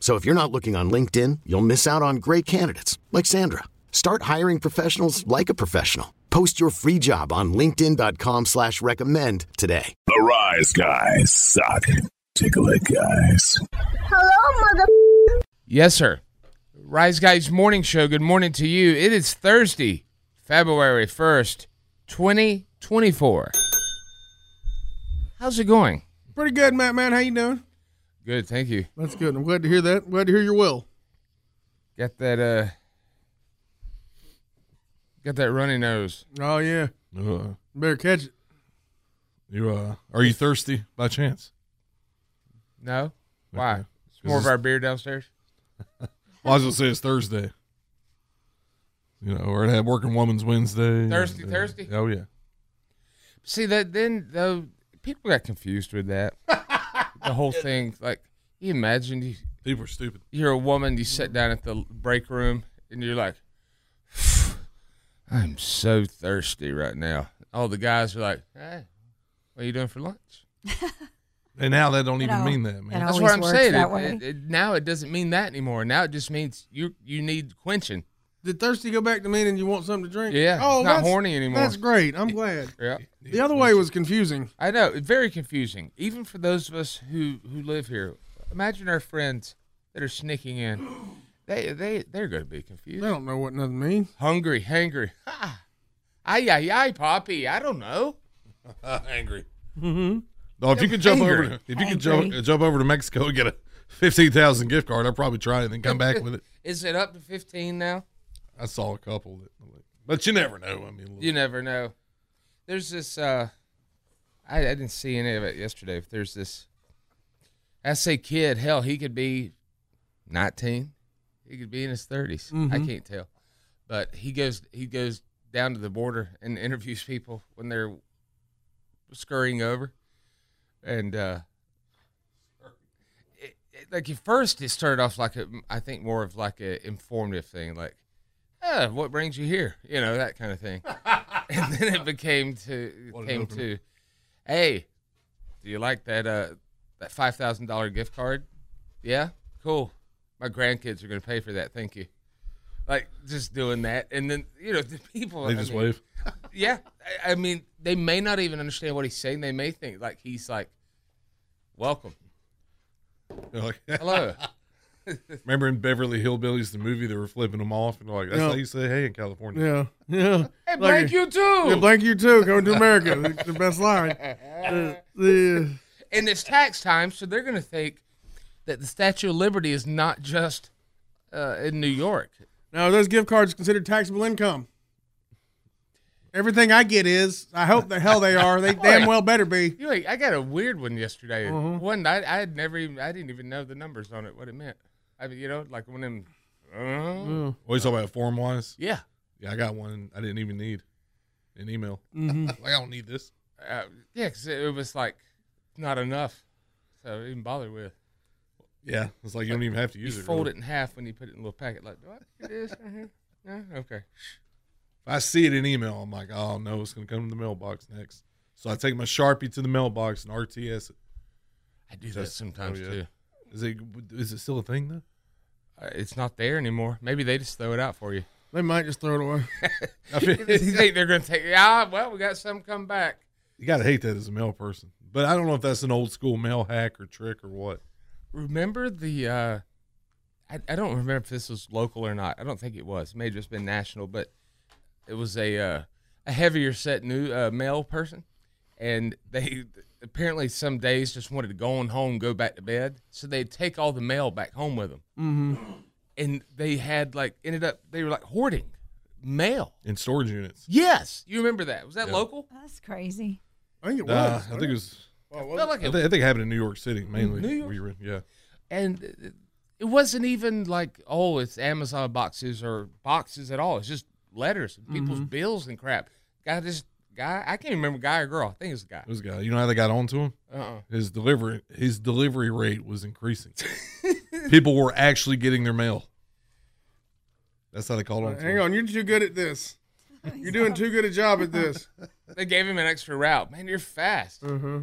So if you're not looking on LinkedIn, you'll miss out on great candidates like Sandra. Start hiring professionals like a professional. Post your free job on LinkedIn.com slash recommend today. The Rise Guys suck. Take a look, guys. Yes, sir. Rise Guys Morning Show. Good morning to you. It is Thursday, February 1st, 2024. How's it going? Pretty good, Matt. Man, how you doing? Good, thank you. That's good. I'm glad to hear that. Glad to hear your will. Got that uh got that runny nose. Oh yeah, You, better catch it. uh, Uh-huh. you uh, are you thirsty by chance? No? Why? Okay. It's more of our beer downstairs. Well, I was gonna say it's Thursday. You know, or it had Working Woman's Wednesday. Thirsty and, uh, Thursday? Oh yeah. See that then though people got confused with that. the whole thing like you imagine you, People are stupid. you're a woman, you sit down at the break room and you're like I'm so thirsty right now. All the guys are like, "Hey, what are you doing for lunch?" And now that don't even mean that, man. That's what I'm saying. It- it- it- now it doesn't mean that anymore. Now it just means you you need quenching. Did thirsty go back to meaning you want something to drink? Yeah, Oh, it's not that's- horny anymore. That's great. I'm glad. Yeah, The other way was confusing. I know. It's very confusing, even for those of us who who live here. Imagine our friends that are sneaking in. They they they're going to be They confused. don't know what nothing means. Hungry, hangry. Ha! Ay ay ay, Poppy. I don't know. angry. Mm-hmm. Oh, if you could jump Angry. over, to, if you could jump, jump over to Mexico and get a fifteen thousand gift card, I'd probably try it and then come back with it. Is it up to fifteen now? I saw a couple, that, but you never know. I mean, You never know. There's this. uh I, I didn't see any of it yesterday. But there's this. I say kid. Hell, he could be 19. He could be in his 30s. I Mm-hmm. can't tell. But he goes. He goes down to the border and interviews people when they're scurrying over, and. uh it- it- like at first, it started off like a, I think more of like a informative thing, like, "Ah, what brings you here?" You know that kind of thing. and then it became to What an came opener. to, "Hey, do you like that uh that five thousand dollar gift card? Yeah, cool. My grandkids are gonna pay for that. Thank you." Like just doing that, and then you know the people. they I just mean, wave. yeah, I, I mean, they may not even understand what he's saying. They may think like he's like, "Welcome, They're like, hello." Remember in Beverly Hillbillies, the movie, they were flipping them off and like, that's Yeah. how you say hey in California. Yeah. Yeah. Hey, Like- thank you too. Yeah, thank you too. Coming to America, the, the best line. Uh, The, the- and it's tax time, so they're going to think that the Statue of Liberty is not just uh, in New York. now, are those gift cards considered taxable income? Everything I get is. I hope the hell they are. They damn well better be. You know, I got a weird one yesterday. Mm-hmm. One night I had never even I didn't even know the numbers on it, what it meant. I mean, you know, like one of them. uh, What are Oh, you talking about form wise? yeah, Yeah, I got one I didn't even need an email. Mm-hmm. like, I don't need this. uh, yeah, because it, it was like not enough, so I didn't bother with. Yeah. It's like you don't even have to You use it. fold really. it in half when you put it in a little packet. Like, do I do this? right here? No? Okay. If I see it in email, I'm like, oh no, it's gonna come to the mailbox next. So I take my Sharpie to the mailbox and RTS it. I do that sometimes Oh, yeah. too. Is it is it still a thing though? Uh, it's not there anymore. Maybe they just throw it out for you. They might just throw it away. I you feel, think they're going to take? Yeah, well, we got some come back. you gotta hate that as a mail person. But I don't know if that's an old school mail hack or trick or what. Remember the? uh I, I don't remember if this was local or not. I don't think it was. It may have just been national, but it was a uh, a heavier set new uh, male person, and they apparently some days just wanted to go on home, go back to bed, so they'd take all the mail back home with them, mm-hmm. and they had like ended up they were like hoarding mail. in storage units. Yes, you remember that? Was that local? That's crazy. I think it was. Nah, I think it Oh, was. Felt like I it think, I think it happened in New York City mainly. New York? We were- yeah. and uh, it wasn't even like oh it's amazon boxes or boxes at all it's just letters and people's Mm-hmm. bills and crap guy this guy i can't remember guy or girl i think it's a guy It was a guy. You know how they got onto him? uh-uh. His delivery his delivery rate was increasing. People were actually getting their mail. That's how they called on. to Hang him. on, you're too good at this. You're doing too good a job at this. they gave him an extra route man you're fast Mm-hmm.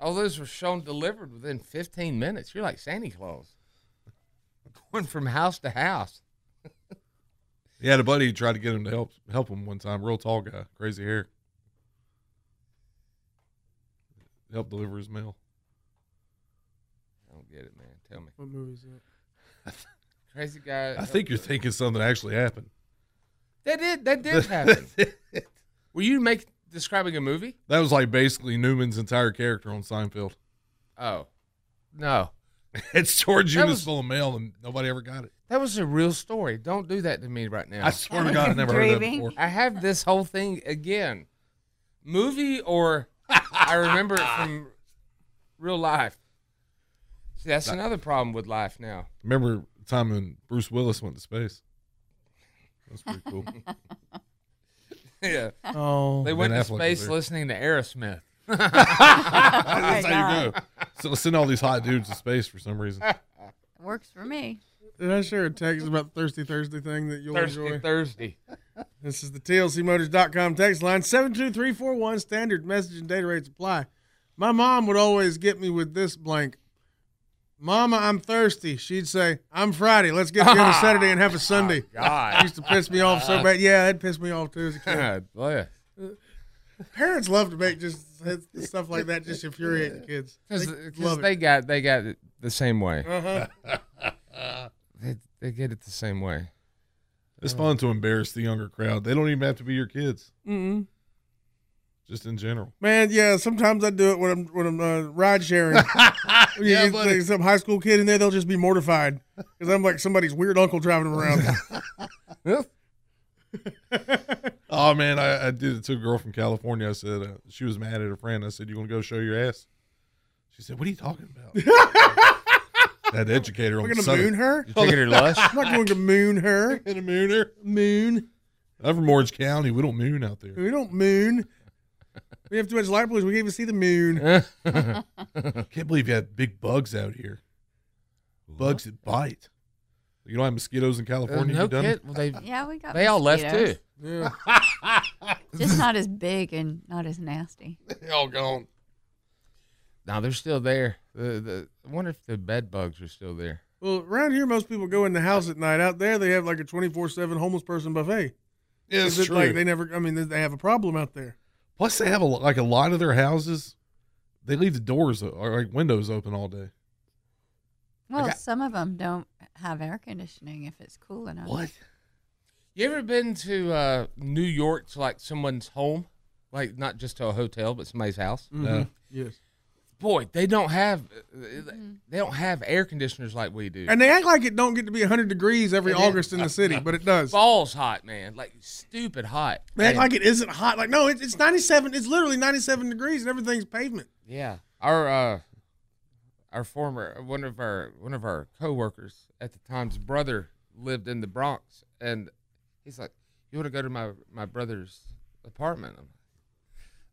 all those were shown delivered within 15 minutes you're like santa claus going from house to house He had a buddy who tried to get him to help help him one time. Real tall guy, crazy hair. Help deliver his mail. i don't get it man tell me What movie is that? crazy guy I think you're thinking something actually happened. that did that did happen were you make describing a movie That was like basically Newman's entire character on Seinfeld. oh no It storage That units was- full of mail and nobody ever got it. That was a real story. Don't do that to me right now. I swear to God, I never heard that Dreaming. before. I have this whole thing again. Movie or I remember it from real life. See, that's another problem with life now. Remember the time when Bruce Willis went to space? That's pretty cool. yeah. Oh, They went to Affleck was space there. listening to Aerosmith. That's how you go. So let's send all these hot dudes to space for some reason. Works for me. did I share a text about the Thirsty Thursday thing that you'll Thursday, enjoy? Thursday. This is the TLCMotors.com text line 72341. Standard message and data rates apply. My mom would always get me with this blank. Mama, I'm thirsty. She'd say, I'm Friday. Let's get together Saturday and have a Sunday. It God. used to piss me off so bad. Yeah, it pissed me off too as a kid. God bless. Parents love to make just stuff like that just infuriate the kids. Because They love they it. got they got it the same way. Uh-huh. They, they get it the same way. It's fun to embarrass the younger crowd. They don't even have to be your kids. Mm-mm. Just in general. Man, yeah. Sometimes I do it when I'm when I'm uh, ride sharing. You Yeah, get, buddy. like, some high school kid in there, they'll just be mortified because I'm like somebody's weird uncle driving them around. Oh man, I, I did it to a girl from California. I said uh, she was mad at her friend. I said, "You want to go show your ass?" She said, "What are you talking about?" that educator on We're the gonna Southern- moon her. You taking her lush? I'm not going to moon her. Gonna moon her. Moon. I'm from Orange County. We don't moon out there. We don't moon. We have too much light pollution. We can't even see the moon. I can't believe you have big bugs out here. Bugs that bite. You don't have mosquitoes in Uh, California. no you done? kid. Well, they Yeah, we got. they all left too. mosquitoes. Just not as big and not as nasty. They all gone. No, they're still there. The, the, I wonder if the bed bugs are still there. Well, around here, most people go in the house at night. Out there, they have like a 24 7 homeless person buffet. Yeah, it's Is it true. Like they never, I mean, they- they have a problem out there. Plus, they have a, like a lot of their houses. They leave the doors o- or like windows open all day. Well, got- some of them don't have air conditioning if it's cool enough. You ever been to uh, New York to like someone's home, like not just to a hotel, but somebody's house? Mm-hmm. Uh, No. Yes. Boy, they don't have uh, they don't have air conditioners like we do. And they act like it don't get to be 100 degrees every August in the city, but it does. balls hot, man, like stupid hot. They act And- like it isn't hot. Like, no, it, it's 97. It's literally 97 degrees and everything's pavement. yeah, our uh, our former one of our one of our coworkers at the time's brother lived in the Bronx, and he's like, "You want to go to my my brother's apartment?" I'm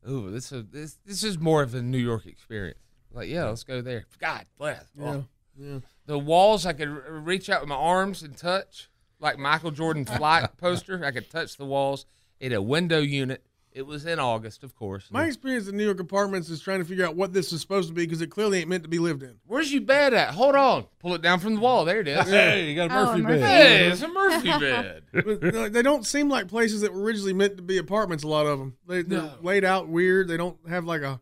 like, "Ooh, this is this this is more of a New York experience." Like, yeah, let's go there. God bless. Oh. Yeah. the walls I could r- reach out with my arms and touch, like Michael Jordan's flight poster. I could touch the walls in a window unit. It was in August, of course. My experience in New York apartments is trying to figure out what this is supposed to be because it clearly ain't meant to be lived in. Where's your bed at? Hold on. Pull it down from the wall. There it is. Hey, you got a Oh, Murphy a Murphy. bed. Hey, it's a Murphy bed. But, uh, they don't seem like places that were originally meant to be apartments. A lot of them, they, they're laid out weird. They don't have like a,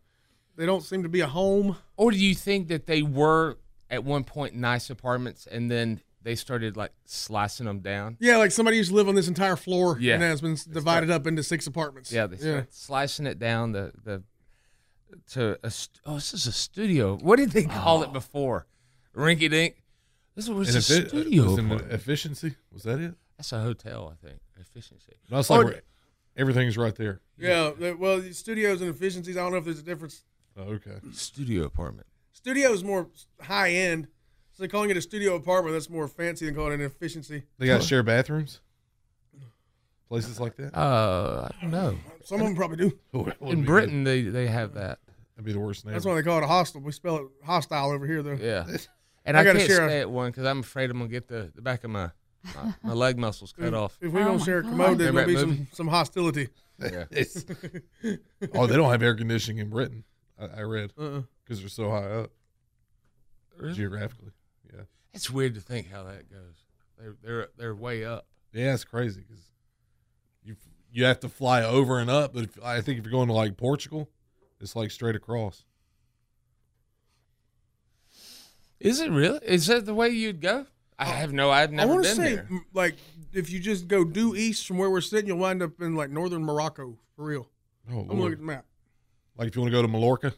they don't seem to be a home. Or do you think that they were at one point nice apartments and then they started like slicing them down. Yeah, like somebody used to live on this entire floor, Yeah. and now it's been s- divided up into six apartments. Yeah, they started slicing it down the the to a st- oh this is a studio. What did they call it before? Rinky dink. This was Oh. And a if it- uh, studio. was it an apartment. efficiency was that it? That's a hotel, I think. Efficiency. No, it's Oh, like d- we're- everything's right there. yeah. they- Well, the studios and efficiencies. I don't know if there's a difference. Oh, okay. Studio apartment. Studio is more high end, so they're calling it a studio apartment. That's more fancy than calling it an efficiency. They got to share bathrooms, places like that. Uh, I don't know. Some of them probably do. Oh, that would In be good. Britain, they they have that. that'd be the worst name. That's why they call it a hostel. We spell it hostile over here, though. Yeah. And I I, gotta can't share a- stay at one because I'm afraid I'm gonna get the, the back of my, my my leg muscles cut off. If we're Oh gonna my share a God. commode, there's Remember gonna be that some, movie? some hostility. Yeah. oh, they don't have air conditioning in Britain. I, I read Uh-uh. because they're so high up Really? geographically. Yeah, It's weird to think how that goes. They're they're they're way up. yeah, it's crazy because you you have to fly over and up. But if, I think if you're going to like Portugal, it's like straight across. Is it really? Is that the way you'd go? I have no. I've I never want to been say, there. m- like, if you just go due east from where we're sitting, you'll wind up in like northern Morocco for real. Oh, I'm looking Lord. at the map. like if you want to go to Mallorca,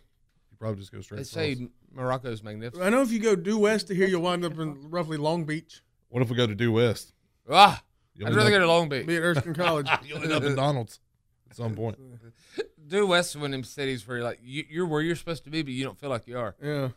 you probably just go straight. They Across. say Morocco's magnificent. I know if you go due west to here, you'll wind up in roughly Long Beach. what if we go to Due West? Ah, You'll I'd end rather go up- to Long Beach. Be at Erskine College. Ah, You'll end up in Donald's at some point. Due west of one of them cities where you're like you, you're where you're supposed to be, but you don't feel like you are. Yeah,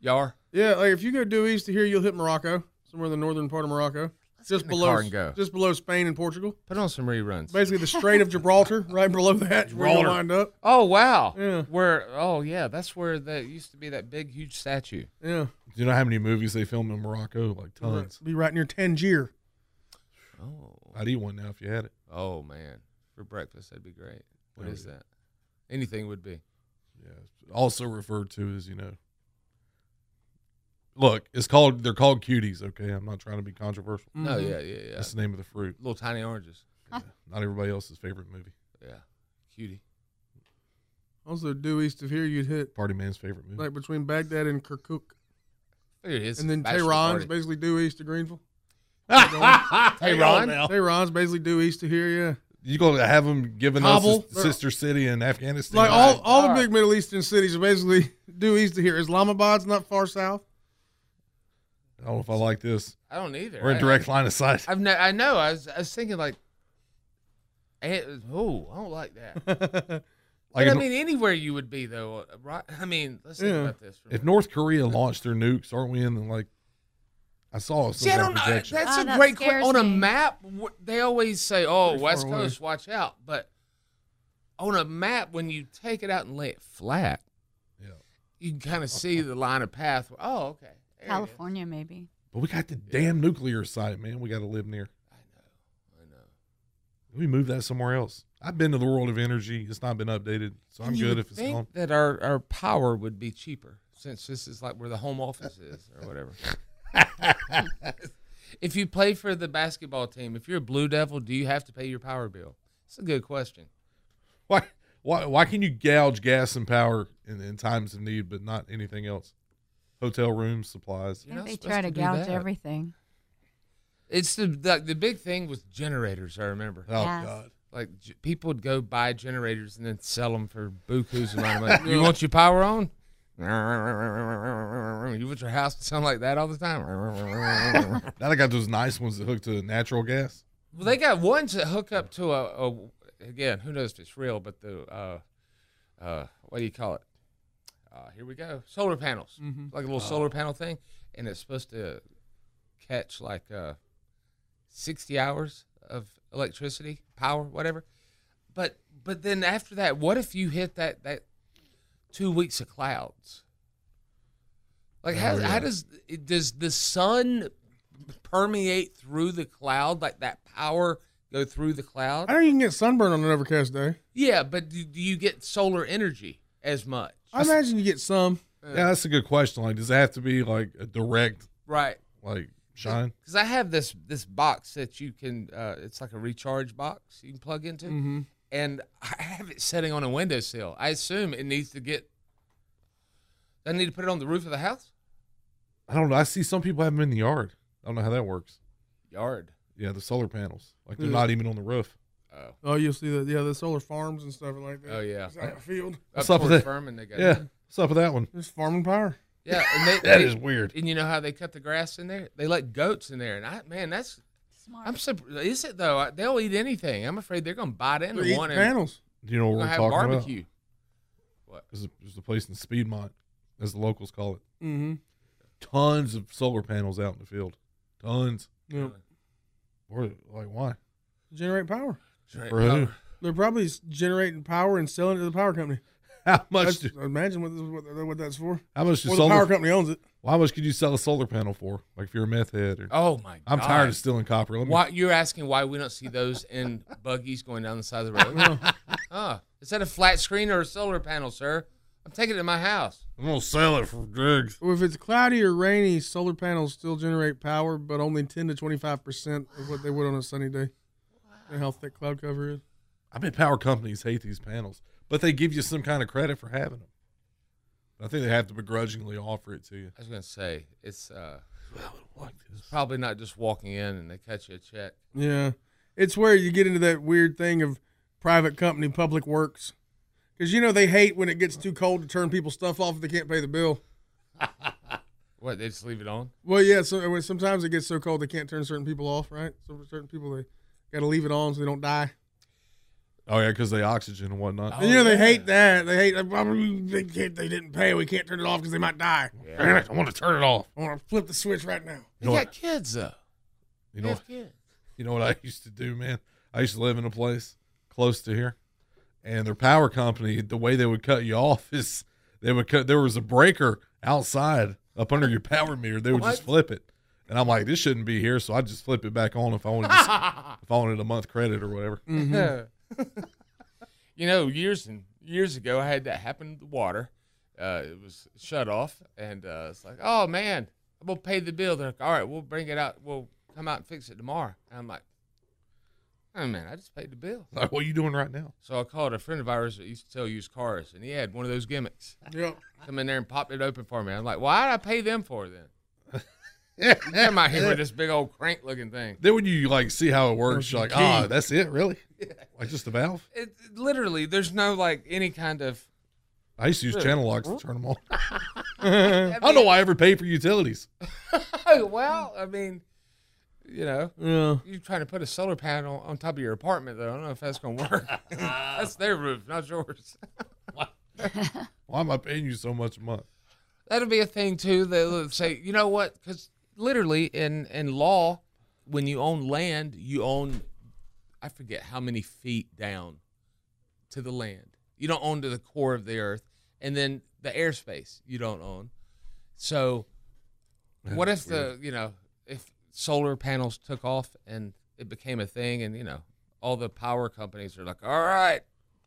You are. yeah. Like if you go due east to here, you'll hit Morocco, somewhere in the northern part of Morocco, just in the below, car and go. just below Spain and Portugal. Put on some reruns. Basically, the Strait of Gibraltar, right below that, where you'll Gibraltar. wind up. Oh wow. Yeah. Where? Oh yeah. That's where that used to be that big huge statue. Yeah, Do you know how many movies they film in Morocco? Like tons. be right near Tangier. Oh. I'd eat one now if you had it. Oh man, for breakfast that'd be great. What Oh, is yeah. that? Anything would be. Yeah. it's Also referred to as, you know. Look, it's called they're called cuties, okay? I'm not trying to be controversial. No, Oh, yeah, yeah, yeah. That's the name of the fruit. Little tiny oranges. Not everybody else's favorite movie. Yeah, cutie. Also, due east of here, you'd hit Party man's favorite movie. like between Baghdad and Kirkuk, Figured his and then bachelor Tehran's party. basically due east to Greenville. Hey, Ron. now. Tehran's basically due east of here. Yeah, You gonna have them giving Kabul. us his sister city in Afghanistan? like all all the Alright. big Middle Eastern cities are basically due east of here. Islamabad's not far south. I don't know if I like this. I don't either. We're in I- direct line of sight. I've ne- I know. I was, I was thinking like, eh, oh, I don't like that. But Like I if, mean, anywhere you would be though, uh, right? I mean, let's think Yeah. about this. For a if minute. North Korea launched their nukes, aren't we in like I saw some See, I kind don't of know. That's projection. Oh, a that great question. scares On a me. map, wh- they always say, "Oh, Pretty far West away. Coast, watch out!" But on a map, when you take it out and lay it flat, Yeah. Uh, you can kind of see the line of path. Oh, okay. There it is. California, maybe. But we got the damn nuclear site, man. We got to live near. I know. I know. We move that somewhere else. I've been to the world of energy. It's not been updated, so I'm And you good would if it's think gone. That our, our power would be cheaper since this is like where the home office is or whatever. if you play for the basketball team, if you're a Blue Devil, do you have to pay your power bill? It's a good question. Why? Why? Why can you gouge gas and power in, in times of need, but not anything else? Hotel rooms, supplies. You're I not think they supposed try to, to do gouge that. everything. It's the, the the big thing was generators. I remember. Oh Yes. God! Like j- people would go buy generators and then sell them for bukus amount of money. you want your power on? You want your house to sound like that all the time? well, Now they got those nice ones that hook to natural gas. they got ones that hook up to a, a again. Who knows if it's real? But the uh, uh, what do you call it? Uh, here we go. Solar panels, like a Oh. little solar panel thing, and it's supposed to catch like uh, sixty hours of electricity, power, whatever. But but then after that, what if you hit that that two weeks of clouds? Like how, Oh, yeah. how does it- does the sun permeate through the cloud? Like that power go through the cloud? I know you can get sunburn on an overcast day. Yeah, but do, do you get solar energy as much? I imagine you get some. Yeah, that's a good question. Like, does it have to be like a direct Right. like shine? Because I have this this box that you can, uh, it's like a recharge box you can plug into, Mm-hmm. and I have it sitting on a windowsill. I assume it needs to get. I need to put it on the roof of the house. I don't know. I see some people have them in the yard. I don't know how that works. Yard. Yeah, the solar panels. Like Mm. they're Yeah. not even on the roof. Oh. Oh, you'll see that. Yeah, the solar farms and stuff like that. Oh, yeah. It's out in the field. What's Up up with towards that? Furman, they got Yeah. What's up with that one? There's farming power. yeah. And they, That they- is weird. And you know how they cut the grass in there? They let goats in there, and I man, that's Smart. I'm surprised. Is it though? I- They'll eat anything. I'm afraid they're gonna bite They're into eating one and panels. Do you know what gonna we're have talking barbecue. about? There's a, there's a place in Speedmont, as the locals call it. Mm-hmm. Tons of solar panels out in the field. Tons. Yeah. Or like why? Generate power. Right. For who? They're probably s- generating power and selling it to the power company. How much? That's, Do, imagine what, this, what, what that's for. how much do Well, the power solar? company owns it. well, how much could you sell a solar panel for? Like if you're a meth head, or Oh my! I'm God. tired of stealing copper. Let me, Why you're asking why we don't see those in buggies going down the side of the road? Uh-huh. huh? Is that a flat screen or a solar panel, sir? I'm taking it to my house. I'm gonna sell it for drugs. Well, if it's cloudy or rainy, solar panels still generate power, but only 10 to 25% of what they would on a sunny day. And how thick cloud cover is. I bet power companies hate these panels, but they give you some kind of credit for having them. I think they have to begrudgingly offer it to you. I was gonna say it's uh, Like this. probably not just walking in and they cut you a check. Yeah. It's where you get into that weird thing of private company, public works. Because, you know, they hate when it gets too cold to turn people's stuff off if they can't pay the bill. What they just leave it on? Well, yeah, so, when- sometimes it gets so cold they can't turn certain people off, right? So for certain people, they got to leave it on so they don't die. Oh yeah, because they oxygen and whatnot. And, you know, they hate that. They hate, they, can't, they didn't pay. We can't turn it off because they might die. Damn it, I want to turn it off. I want to flip the switch right now. They know got what- kids though. You know, They have kids. you know what I used to do, man. I used to live in a place close to here, and their power company, the way they would cut you off is they would cut. There was a breaker outside up under your power meter. They would just flip it, and I'm like, this shouldn't be here, so I just flip it back on if I wanted to- if I wanted a month credit or whatever. Mm-hmm. you know, years and years ago, I had that happen to the water. Uh, it was shut off, and uh, it's like, oh man, I'm gonna pay the bill. They're like, all right, we'll bring it out. We'll come out and fix it tomorrow. And I'm like, oh man, I just paid the bill. Like, what are you doing right now? So I called a friend of ours that used to sell used cars, and he had one of those gimmicks. Yep. Come in there and popped it open for me. I'm like, why did I pay them for then? Yeah, my here with this big old crank looking thing. Then when you like see how it works, you're like, Key. ah, that's it, really? Like just the valve? It, it- literally, there's no like any kind of. I used to use channel locks to turn them on. I don't know why I ever paid for utilities. Oh, well, I mean, you know. Yeah. you trying to put a solar panel on top of your apartment though. I don't know if that's gonna work. that's their roof, not yours. Why am I paying you so much a month? That'll be a thing too. They'll say, you know what? Because literally in in law, when you own land, you own I forget how many feet down to the land. You don't own to the core of the earth, and then the airspace you don't own. So, what if the you know if solar panels took off and it became a thing, and you know all the power companies are like, all right,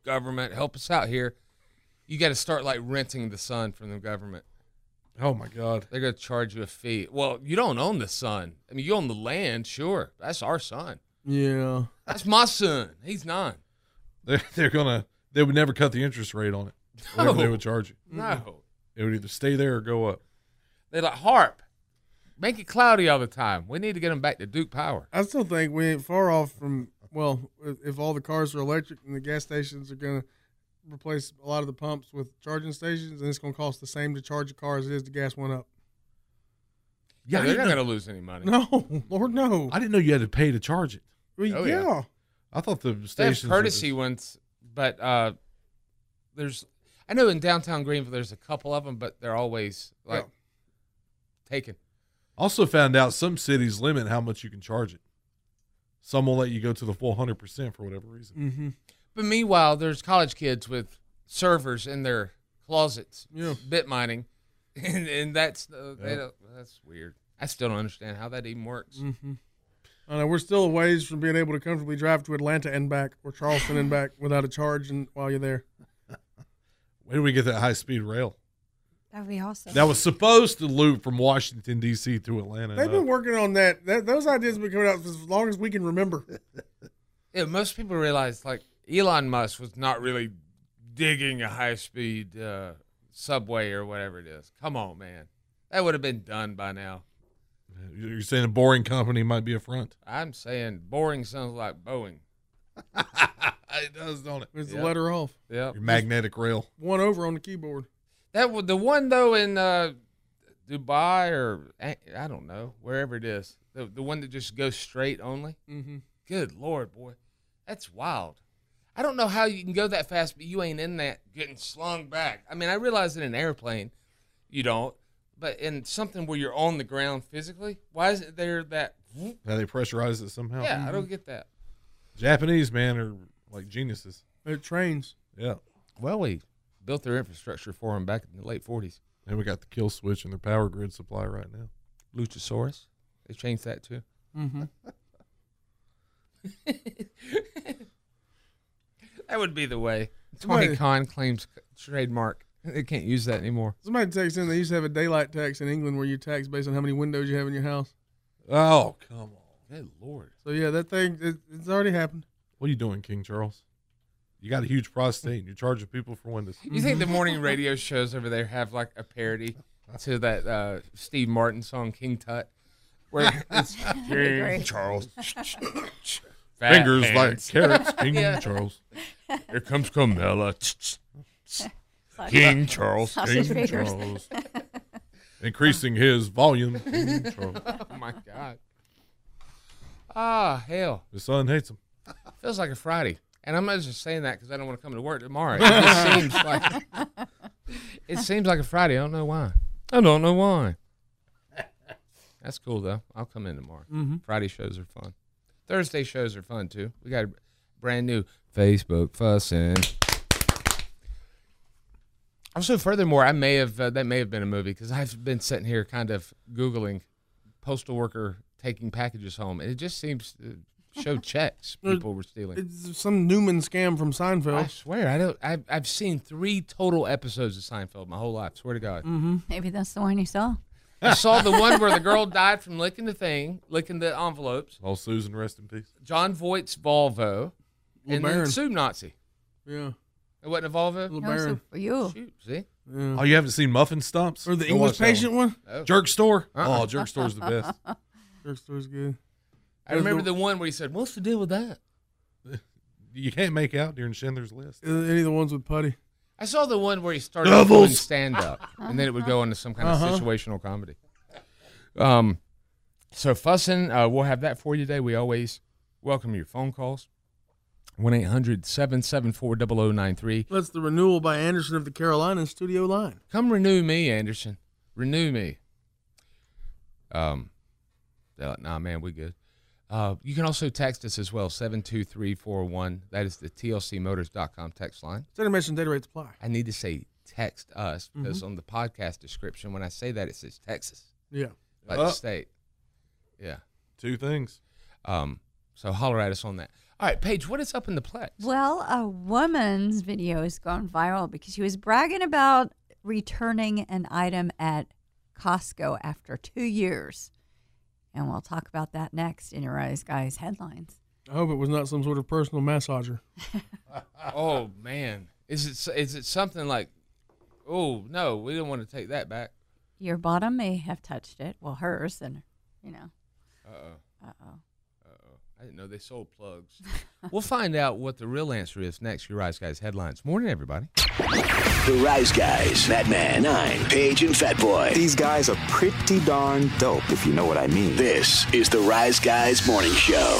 government, help us out here. You got to start like renting the sun from the government. Oh my god. They're gonna charge you a fee. Well, you don't own the sun. I mean, you own the land, sure. That's our son. Yeah. That's my son. He's nine. They're, they're gonna they would never cut the interest rate on it. Whatever they No. would charge you. No, It would either stay there or go up. they like harp. Make it cloudy all the time. We need to get them back to Duke Power. I still think we ain't far off from, well, if- if all the cars are electric and the gas stations are going to replace a lot of the pumps with charging stations, and it's going to cost the same to charge a car as it is to gas one up. Yeah, I they're not didn't, know, gonna lose any money. No, Lord, no. I didn't know you had to pay to charge it. Well, Oh, yeah. yeah. I thought the They have stations were courtesy ones, but uh, there's. I know in downtown Greenville there's a couple of them, but they're always like Yeah. taken. Also found out some cities limit how much you can charge it. Some will let you go to the full hundred percent for whatever reason. Mm-hmm. But meanwhile, there's college kids with servers in their closets, Yeah. bit mining, and and that's uh, they Yeah. Mm. don't, that's weird. I still don't understand how that even works. mm-hmm. I know we're still a ways from being able to comfortably drive to Atlanta and back or Charleston and back without a charge and while you're there. Where do we get that high speed rail? That'd be awesome. That was supposed to loop from Washington D.C. to Atlanta. They've been and up. working on that. that those ideas have been coming out as long as we can remember. Yeah, most people realize like Elon Musk was not really digging a high speed uh, subway or whatever it is. Come on, man, that would have been done by now. You're saying a boring company might be a front. I'm saying boring sounds like Boeing. it does, don't it? There's Yep. the letter off. Yep. Your magnetic rail. One over on the keyboard. That wa- the one though in uh, Dubai or eh, I don't know wherever it is. The the one that just goes straight only. Mm-hmm. Good lord, boy, that's wild. I don't know how you can go that fast, but you ain't in that getting slung back. I mean, I realize in an airplane, you don't, but in something where you're on the ground physically, why isn't there that? How they pressurize it somehow. Yeah, I don't get that. Japanese man are like geniuses. It trains. Yeah. Well, we built their infrastructure for them back in the late '40s. And we got the kill switch in their power grid supply right now. Luchasaurus, they changed that too. Mm-hmm. That would be the way. Tony Wait. Khan claims trademark. They can't use that anymore. Somebody texts in. They used to have a daylight tax in England where you tax based on how many windows you have in your house. Oh, come on. Good lord. So yeah, that thing it, it's already happened. What are you doing, King Charles? You got a huge prostate and you're charging people for windows. You think the morning radio shows over there have like a parody to that uh, Steve Martin song King Tut, where it's King Charles, Fat Fingers like hands. carrots, King Charles. here comes Camilla, King Charles. Sausage King fingers. Charles. Increasing his volume. King Charles. Oh my god. Ah hell, His son hates him. feels like a Friday, and I'm not just saying that because I don't want to come to work tomorrow. It just seems like it seems like a Friday. I don't know why. I don't know why. That's cool though. I'll come in tomorrow. Friday shows are fun. Thursday shows are fun too. We got a brand new Facebook fussing. Also, furthermore, I may have uh, that may have been a movie because I've been sitting here kind of googling postal worker taking packages home, and it just seems to show checks people were stealing. It's some Newman scam from I Seinfeld. swear, I don't. I've, I've seen three total episodes of Seinfeld my whole life. Swear to God, Maybe that's the one you saw. I saw the one where the girl died from licking the thing, licking the envelopes. All Susan, rest in peace. John Voight's Volvo, and then LeBaron. Sue Nazi. Yeah, It wasn't a Volvo. No, so LeBaron. for you. Shoot, see, Yeah. Oh, you haven't seen Muffin Stumps? Or the Go watch English that one. patient one. No. Jerk Store? Uh-uh. Oh, Jerk Store's the best. Jerk store's good. I remember the one where he said, "What's the deal with that?" You can't make out during Schindler's List. Uh, Any of the ones with putty. I saw the one where he started doing stand up, and then it would go into some kind Uh-huh. of situational comedy. Um, so fussing, uh, we'll have that for you today. We always welcome your phone calls. 1 800 774 0093. That's the renewal by Anderson of the Carolina Studio Line. Come renew me, Anderson. Renew me. Um, they're like, nah, man, we good. Uh, you can also text us as well, 72341. That is the tlcmotors.com text line. Center mentioned data rates apply. I need to say text us because on the podcast description, when I say that, it says Texas, Yeah. like Oh. the state. Yeah. Two things. Um. So holler at us on that. All right, Paige, what is up in the plex? Well, a woman's video has gone viral because she was bragging about returning an item at Costco after two years. And we'll talk about that next in your eyes, guys, headlines. I hope it was not some sort of personal massager. Oh man, is it so- is it something like? Oh no, we didn't want to take that back. Your bottom may have touched it. Well, hers and, you know, Uh oh. uh oh. Uh oh. I didn't know they sold plugs. we'll find out what the real answer is next. Your eyes, guys. Headlines. Morning, everybody. The Rise Guys, Batman 9, Paige and Fatboy. These guys are pretty darn dope, if you know what I mean. This is the Rise Guys Morning Show.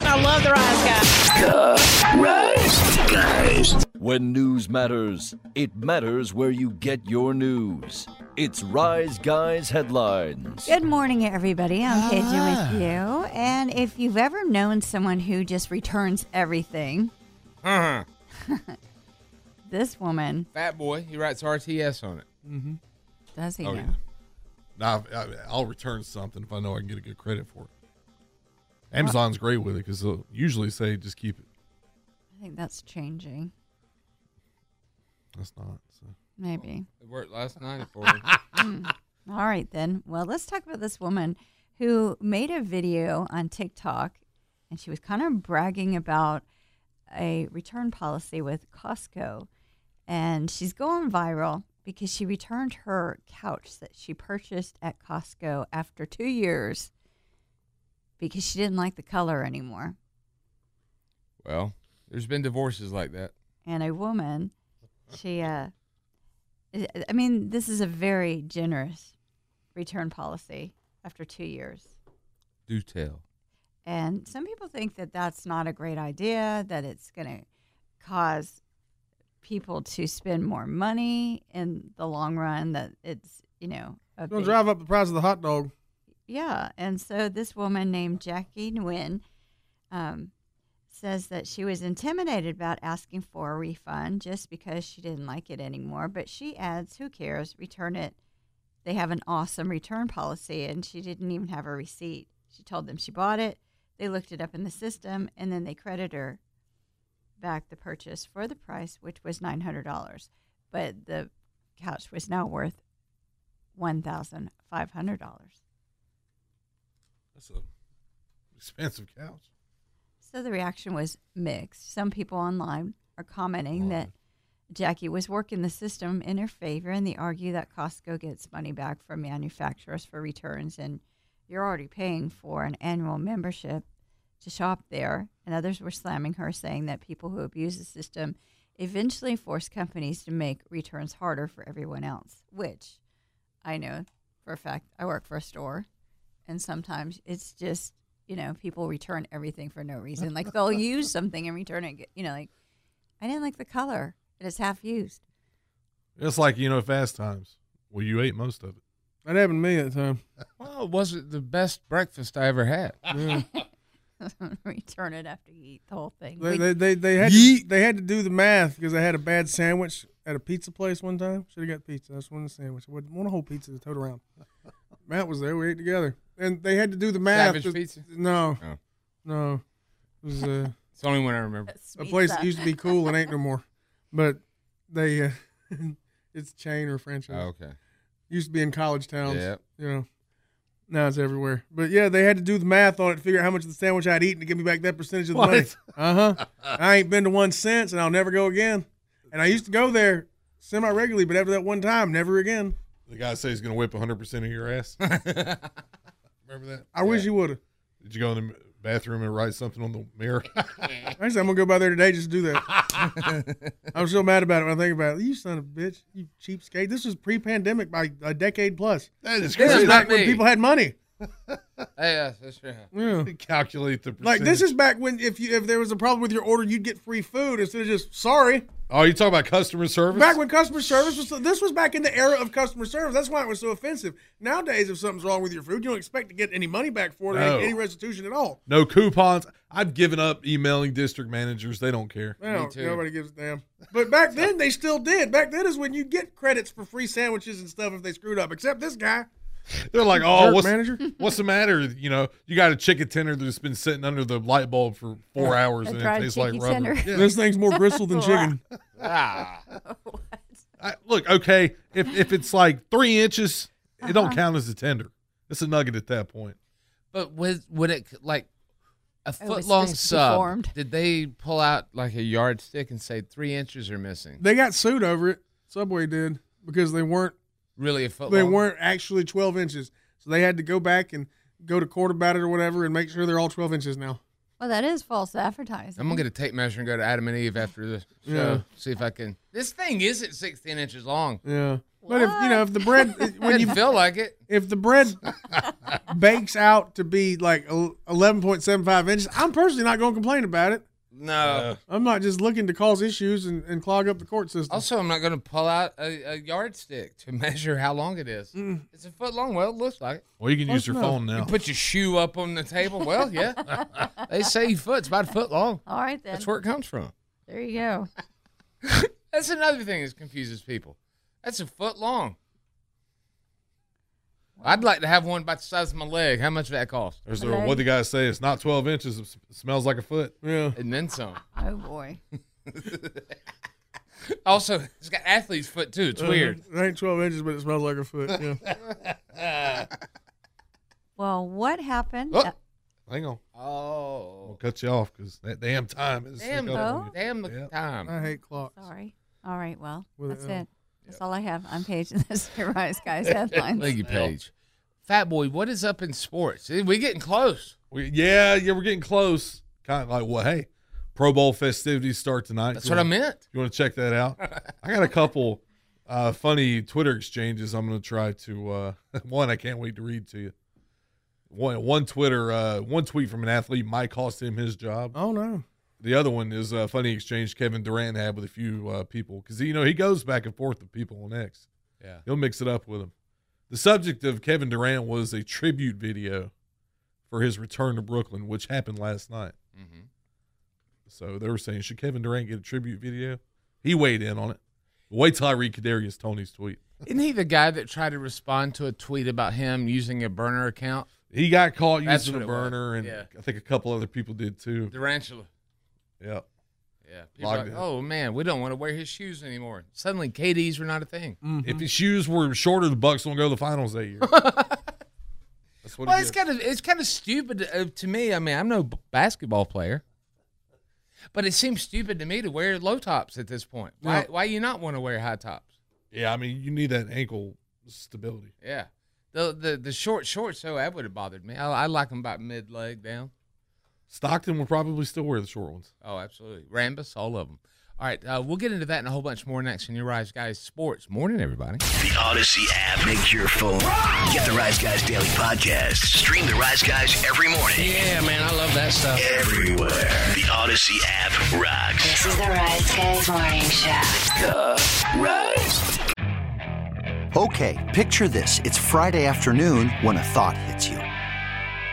I love the Rise Guys. Rise Guys. When news matters, it matters where you get your news. It's Rise Guys headlines. Good morning, everybody. I'm Cajun Ah. with you. And if you've ever known someone who just returns everything, Uh-huh. this woman Fat boy. He writes RTS on it. Mm-hmm. does he Oh, know? yeah. Nah, I- I- I'll return something if I know I can get a good credit for it. Amazon's great with it because they'll usually say just keep it. I think that's changing. That's not. So. Maybe. It worked last night for him. Mm. All right, then. Well, let's talk about this woman who made a video on TikTok and she was kind of bragging about a return policy with Costco. And she's going viral because she returned her couch that she purchased at Costco after two years because she didn't like the color anymore. Well, there's been divorces like that. and a woman. She, uh, I I mean, this is a very generous return policy after two years. Do tell. And some people think that that's not a great idea, that it's going to cause people to spend more money in the long run, that it's, you know, a It's gonna big- drive up the price of the hot dog. yeah, and so this woman named Jackie Nguyen um, says that she was intimidated about asking for a refund just because she didn't like it anymore. But she adds, "Who cares? Return it. They have an awesome return policy." And she didn't even have a receipt. She told them she bought it. They looked it up in the system, and then they credit her back the purchase for the price, which was nine hundred dollars. But the couch was now worth one thousand five hundred dollars. That's a expensive couch. So the reaction was mixed. Some people online are commenting that Jackie was working the system in her favor, and they argue that Costco gets money back from manufacturers for returns, and you're already paying for an annual membership to shop there. And others were slamming her, saying that people who abuse the system eventually force companies to make returns harder for everyone else, which I know for a fact. I work for a store, and sometimes it's just you know people return everything for no reason. Like they'll use something and return it. You know, like I didn't like the color, and it's half used. It's like you know, fast times. Well, you ate most of it. That happened to me at the time. Well, it wasn't the best breakfast I ever had. return it after you eat the whole thing. They, We- they, they, they had to, they had to do the math because I had a bad sandwich at a pizza place one time. Should have got pizza. I just wanted a sandwich. I wanted want a whole pizza to tote around. Matt was there. We ate together, and they had to do the math. Savage pizza? No, Oh. no, it was uh, It's the only one I remember. a place that used to be cool and ain't no more. But they, uh, it's chain or franchise. Oh, okay. Used to be in college towns. Yep. You know, now it's everywhere. But yeah, they had to do the math on it to figure out how much of the sandwich I'd eaten to give me back that percentage of the What? money. Uh huh. I ain't been to one since, and I'll never go again. And I used to go there semi regularly, but after that one time, never again. The guy says he's gonna whip 100 percent of your ass. Remember that? I wish you would have. Did you go in the bathroom and write something on the mirror? I said, I'm going to go by there today just to do that. I'm so mad about it when I think about it. You son of a bitch. You cheapskate. This was pre pandemic by a decade plus. That is This crazy. is back when Me. people had money. Hey, yeah, that's true. Yeah. Calculate the percentage. Like this is back when if you if there was a problem with your order, you'd get free food instead of just sorry. Oh, you talking about customer service? Back when customer service was this was back in the era of customer service. That's why it was so offensive. Nowadays, if something's wrong with your food, you don't expect to get any money back for it, or No. any, any restitution at all. no coupons. I've given up emailing district managers. They don't care. They don't- Nobody gives a damn. But back then, they still did. Back then is when you get credits for free sandwiches and stuff if they screwed up. Except this guy, They're like, oh, Jerk what's, manager? what's the matter? You know, you got a chicken tender that's been sitting under the light bulb for four Yeah. hours A and it dried tastes like chicken rubber. tender. This thing's more bristle than chicken. Ah. I, look, okay, if if it's like three inches, it don't Uh-huh. count as a tender. It's a nugget at that point. But with when it like a was foot long just sub, deformed. did they pull out like a yardstick and say three inches are missing? They got sued over it. Subway did because they weren't Really, a foot they long? weren't actually 12 inches, so they had to go back and go to court about it or whatever and make sure they're all 12 inches now. Well, that is false advertising. I'm gonna get a tape measure and go to Adam and Eve after the show. Yeah. See if I can. This thing isn't 16 inches long. Yeah. But if you know if the bread when you Didn't feel like it, if the bread bakes out to be like el- 11.75 inches, I'm personally not going to complain about it. no. I'm not just looking to cause issues and, and clog up the court system. Also, I'm not gonna pull out a, a yardstick to measure how long it is. It's a foot long. Well, it looks like it. Well, you can use Close your enough. phone now. You put your shoe up on the table. Well, yeah. they say foot. It's about a foot long. All right then. That's where it comes from. There you go. That's another thing that confuses people. That's a foot long. I'd like to have one about the size of my leg. How much would that cost? There's the, what the guy say. It's not 12 inches. It s- smells like a foot. Yeah. And then some. Oh boy. Also, it's got athlete's foot too. It's weird. Uh, it ain't 12 inches, but it smells like a foot. Yeah. Well, what happened? Oh. Hang on. Oh. I'll cut you off because that damn time is. Damn up the- on you. damn the Yeah. time. I hate clocks. Sorry. All right. Well, With that's an L. it. That's all I have. I'm Paige, and this is your Rise Guys headlines. Thank you, Paige. Fat boy, what is up in sports? Eh, We getting close. We, yeah, yeah, we're getting close. Kind of like, well, hey, Pro Bowl festivities start tonight. That's You what I wanna- meant. You want to check that out? I got a couple uh, funny Twitter exchanges. I'm going to try to uh, one. I can't wait to read to you. One one Twitter uh, one tweet from an athlete might cost him his job. Oh no. The other one is a funny exchange Kevin Durant had with a few uh, people because you know he goes back and forth with people on X. Yeah. he'll mix it up with them. The subject of Kevin Durant was a tribute video for his return to Brooklyn, which happened last night. Mhm. So they were saying, should Kevin Durant get a tribute video? He weighed in on it. Wait till I read Kadarius Tony's tweet. Isn't he the guy that tried to respond to a tweet about him using a burner account? He got caught That's what using a it was. burner, and Yeah. I think a couple other people did too. Durantula. Yeah, Yeah. People are Logged like, in. oh man, we don't want to wear his shoes anymore. Suddenly, KDs were not a thing. If his shoes were shorter, the Bucks won't go to the finals that year. That's what well, he it's did. kind of it's kind of stupid uh, to me. I mean, I'm no b- basketball player, but it seems stupid to me to wear low tops at this point. Why? Yeah. Why you not want to wear high tops? Yeah, I mean, you need that ankle stability. Yeah, the the the short shorts. So that would have bothered me. I, I like them about mid leg down. Stockton will probably still wear the short ones. Oh, absolutely. Rambus, all of them. All right, uh, we'll get into that and a whole bunch more next in your Rise Guys Sports. Morning, everybody. The Odyssey app. Make your phone. Get the Rise Guys daily podcast. Stream the Rise Guys every morning. Yeah, man, I love that stuff. Everywhere. The Odyssey app rocks. This is the Rise Guys Morning Show. The Rise. Okay, picture this. It's Friday afternoon when a thought hits you.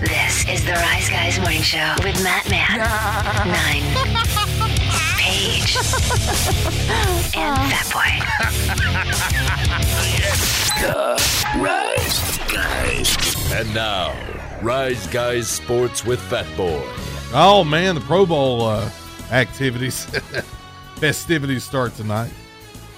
This is the Rise Guys Morning Show with Matt Man, Nine, Paige, and Fat Boy. Rise Guys. And now, Rise Guys Sports with Fat Boy. Oh man, the Pro Bowl uh, activities, festivities start tonight.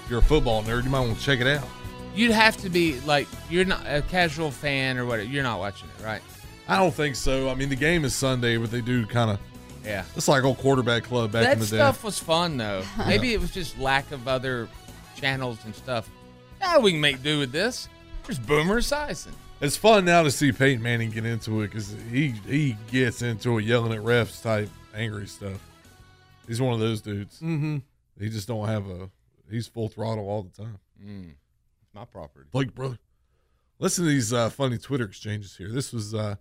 If you're a football nerd, you might want to check it out. You'd have to be like you're not a casual fan or whatever. You're not watching it, right? I don't think so. I mean, the game is Sunday, but they do kind of. Yeah. It's like old quarterback club back that in the day. stuff was fun though. Maybe it was just lack of other channels and stuff. Now we can make do with this. There's Boomer Esiason. It's fun now to see Peyton Manning get into it because he he gets into it yelling at refs type angry stuff. He's one of those dudes. Mm-hmm. He just don't have a. He's full throttle all the time. Mm. It's my property. Blake, brother. Listen to these uh, funny Twitter exchanges here. This was uh,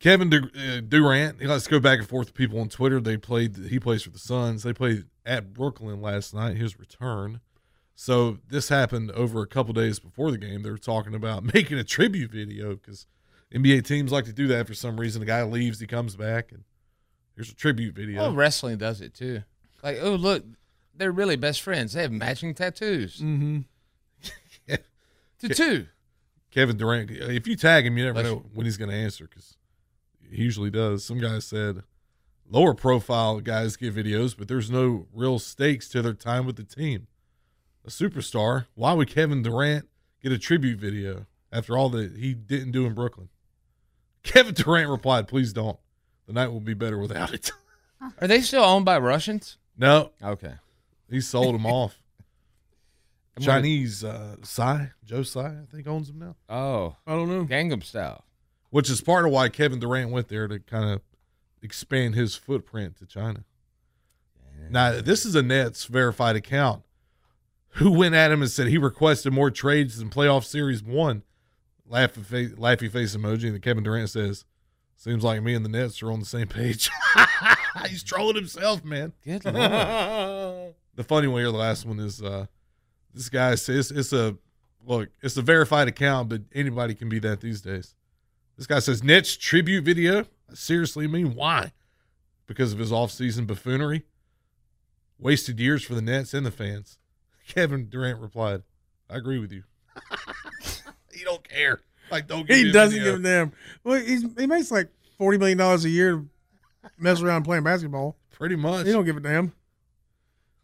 Kevin Du- uh, Durant. He likes to go back and forth with people on Twitter. They played. He plays for the Suns. They played at Brooklyn last night. His return. So this happened over a couple days before the game. They were talking about making a tribute video because NBA teams like to do that for some reason. The guy leaves, he comes back, and here's a tribute video. Well, Oh, wrestling does it too. Like, oh look, they're really best friends. They have matching tattoos. Mm-hmm. To two. Kevin Durant. If you tag him, you never know when he's going to answer because he usually does. Some guy said lower profile guys get videos, but there's no real stakes to their time with the team. A superstar. Why would Kevin Durant get a tribute video after all that he didn't do in Brooklyn? Kevin Durant replied, "Please don't. The night will be better without it." Are they still owned by Russians? no. Okay. He sold them off. I'm gonna- Chinese uh, Psy Joe Psy, I think owns them now. Oh, I don't know. Gangnam Style. which is part of why Kevin Durant went there to kind of expand his footprint to China. Now, this is a Nets verified account who went at him and said he requested more trades than playoff series one. Laughy face, laughy face emoji, and then Kevin Durant says, "Seems like me and the Nets are on the same page." He's trolling himself, man. Good the funny one here, the last one is uh, this guy says it's a look, it's a verified account, but anybody can be that these days. This guy says Nets tribute video. I seriously mean why? Because of his offseason buffoonery. Wasted years for the Nets and the fans. Kevin Durant replied, I agree with you. he don't care. Like don't give me He a doesn't video. give a damn. Well, he's, he makes like forty million dollars a year to mess around playing basketball. Pretty much. He don't give a damn.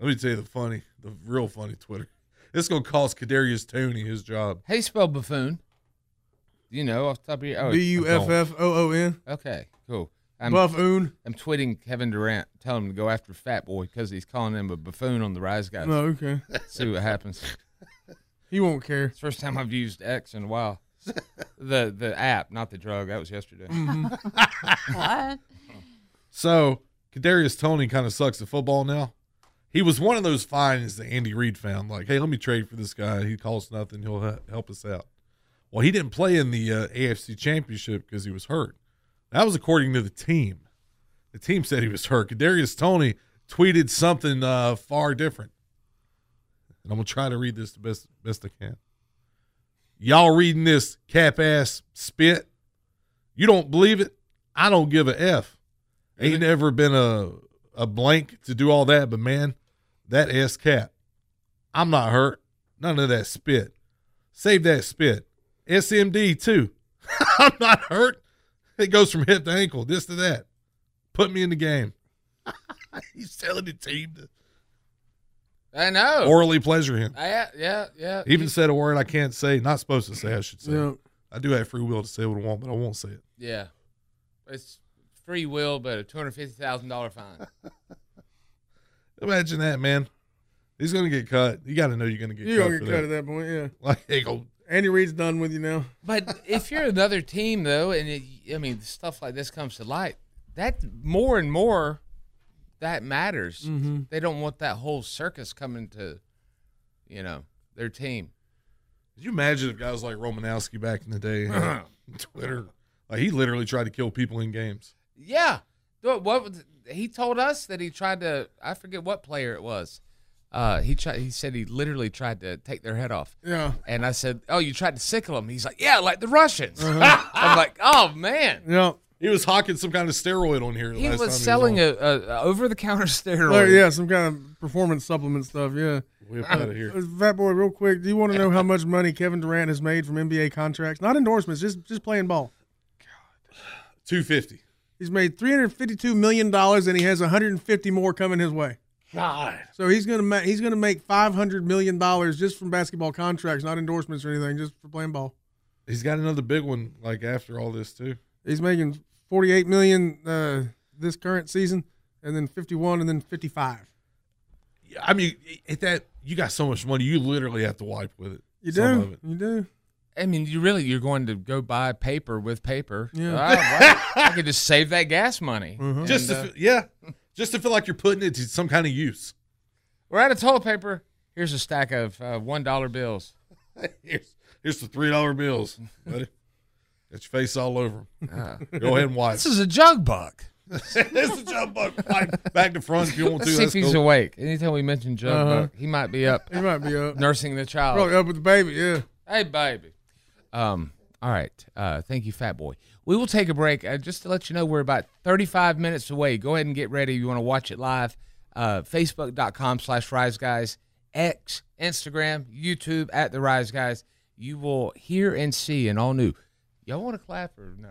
Let me tell you the funny, the real funny Twitter. It's gonna cost Kadarius Tony his job. How you spell buffoon? Do You know, off the top of your oh, B U F F O O N. Okay, cool. Buffoon. I'm tweeting Kevin Durant, telling him to go after Fat Boy because he's calling him a buffoon on the Rise Guys. No, okay. See what happens. He won't care. It's the first time I've used X in a while. The the app, not the drug. That was yesterday. what? So Kadarius Tony kind of sucks at football now. He was one of those finds that Andy Reid found. Like, hey, let me trade for this guy. He costs nothing. He'll he- help us out. Well, he didn't play in the uh, AFC Championship because he was hurt. That was according to the team. The team said he was hurt. Kadarius Tony tweeted something uh, far different, and I'm gonna try to read this the best best I can. Y'all reading this cap ass spit? You don't believe it? I don't give a f. Ain't never been a a blank to do all that, but man, that ass cap. I'm not hurt. None of that spit. Save that spit. SMD too. I'm not hurt. It goes from hip to ankle, this to that. Put me in the game. He's telling the team to I know. orally pleasure him. I, yeah, yeah. Even said a word I can't say, not supposed to say, I should say. Yeah. I do have free will to say what I want, but I won't say it. Yeah. It's free will, but a two hundred fifty thousand dollar fine. Imagine that, man. He's gonna get cut. You gotta know you're gonna get You cut. don't for get cut at that point. Yeah. Like, hey, go Andy Reid's done with you now. But if you're another team, though, and it, I mean stuff like this comes to light, that more and more that matters. Mhm. They don't want that whole circus coming to, you know, their team. Could you imagine if guys like Romanowski back in the day, had Twitter, like he literally tried to kill people in games. Yeah. What, what was- he told us that he tried to I forget what player it was. Uh, he tried. He said he literally tried to take their head off. Yeah. And I said, "Oh, you tried to sickle him." He's like, "Yeah, like the Russians." I'm like, "Oh man." Yeah. He was hawking some kind of steroid on here. He last time was on. selling a, a, over the counter steroid. Like, yeah, some kind of performance supplement stuff. Yeah. Way up Uh, outta here. uh, Fat boy, real quick. Do you want to know how much money Kevin Durant has made from NBA contracts? Not endorsements, just just playing ball. Two fifty. He's made three hundred fifty-two million dollars, and he has one hundred and fifty more coming his way. God. So he's gonna ma- he's gonna make five hundred million dollars just from basketball contracts, not endorsements or anything, just for playing ball. He's got another big one like after all this too. He's making forty-eight million uh, this current season, and then fifty-one, and then fifty-five. I mean, at that you got so much money, you literally have to wipe with it. You Some do, of it. you do. I mean, you really you're going to go buy paper with paper. Yeah. Ah, right. I could just save that gas money. Just to, And, uh, fe- yeah, just to feel like you're putting it to some kind of use. we're out of toilet paper. Here's a stack of uh, one dollar bills. here's, here's the three dollar bills, buddy. Got your face all over 'em. Go ahead and wipe. Uh. This is a jug buck. this is a jump buck. Wipe back to front if you want to. Let's see if That's he's cool. awake. Anytime we mention jug Uh-huh. buck, he might be up. He might be up nursing the child. Probably up with the baby. Yeah. Hey, baby. Um. All right. Uh, thank you, Fat Boy. We will take a break. Uh, just to let you know, we're about 35 minutes away. Go ahead and get ready. You want to watch it live? Uh, Facebook.com slash Rise Guys, X, Instagram, YouTube at The Rise Guys. You will hear and see an all new. Y'all want to clap or no?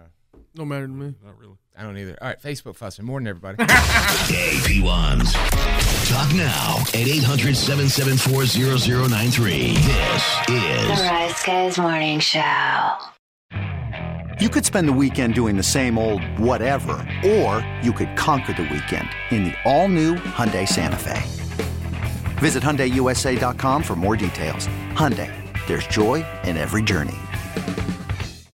No matter to me. Not really. I don't either. All right. Facebook fussing more than everybody. Hey, P1s. Talk now at 800 774 0093. This The is Rise Guys Morning Show. You could spend the weekend doing the same old whatever, or you could conquer the weekend in the all-new Hyundai Santa Fe. Visit HyundaiUSA.com for more details. Hyundai, there's joy in every journey.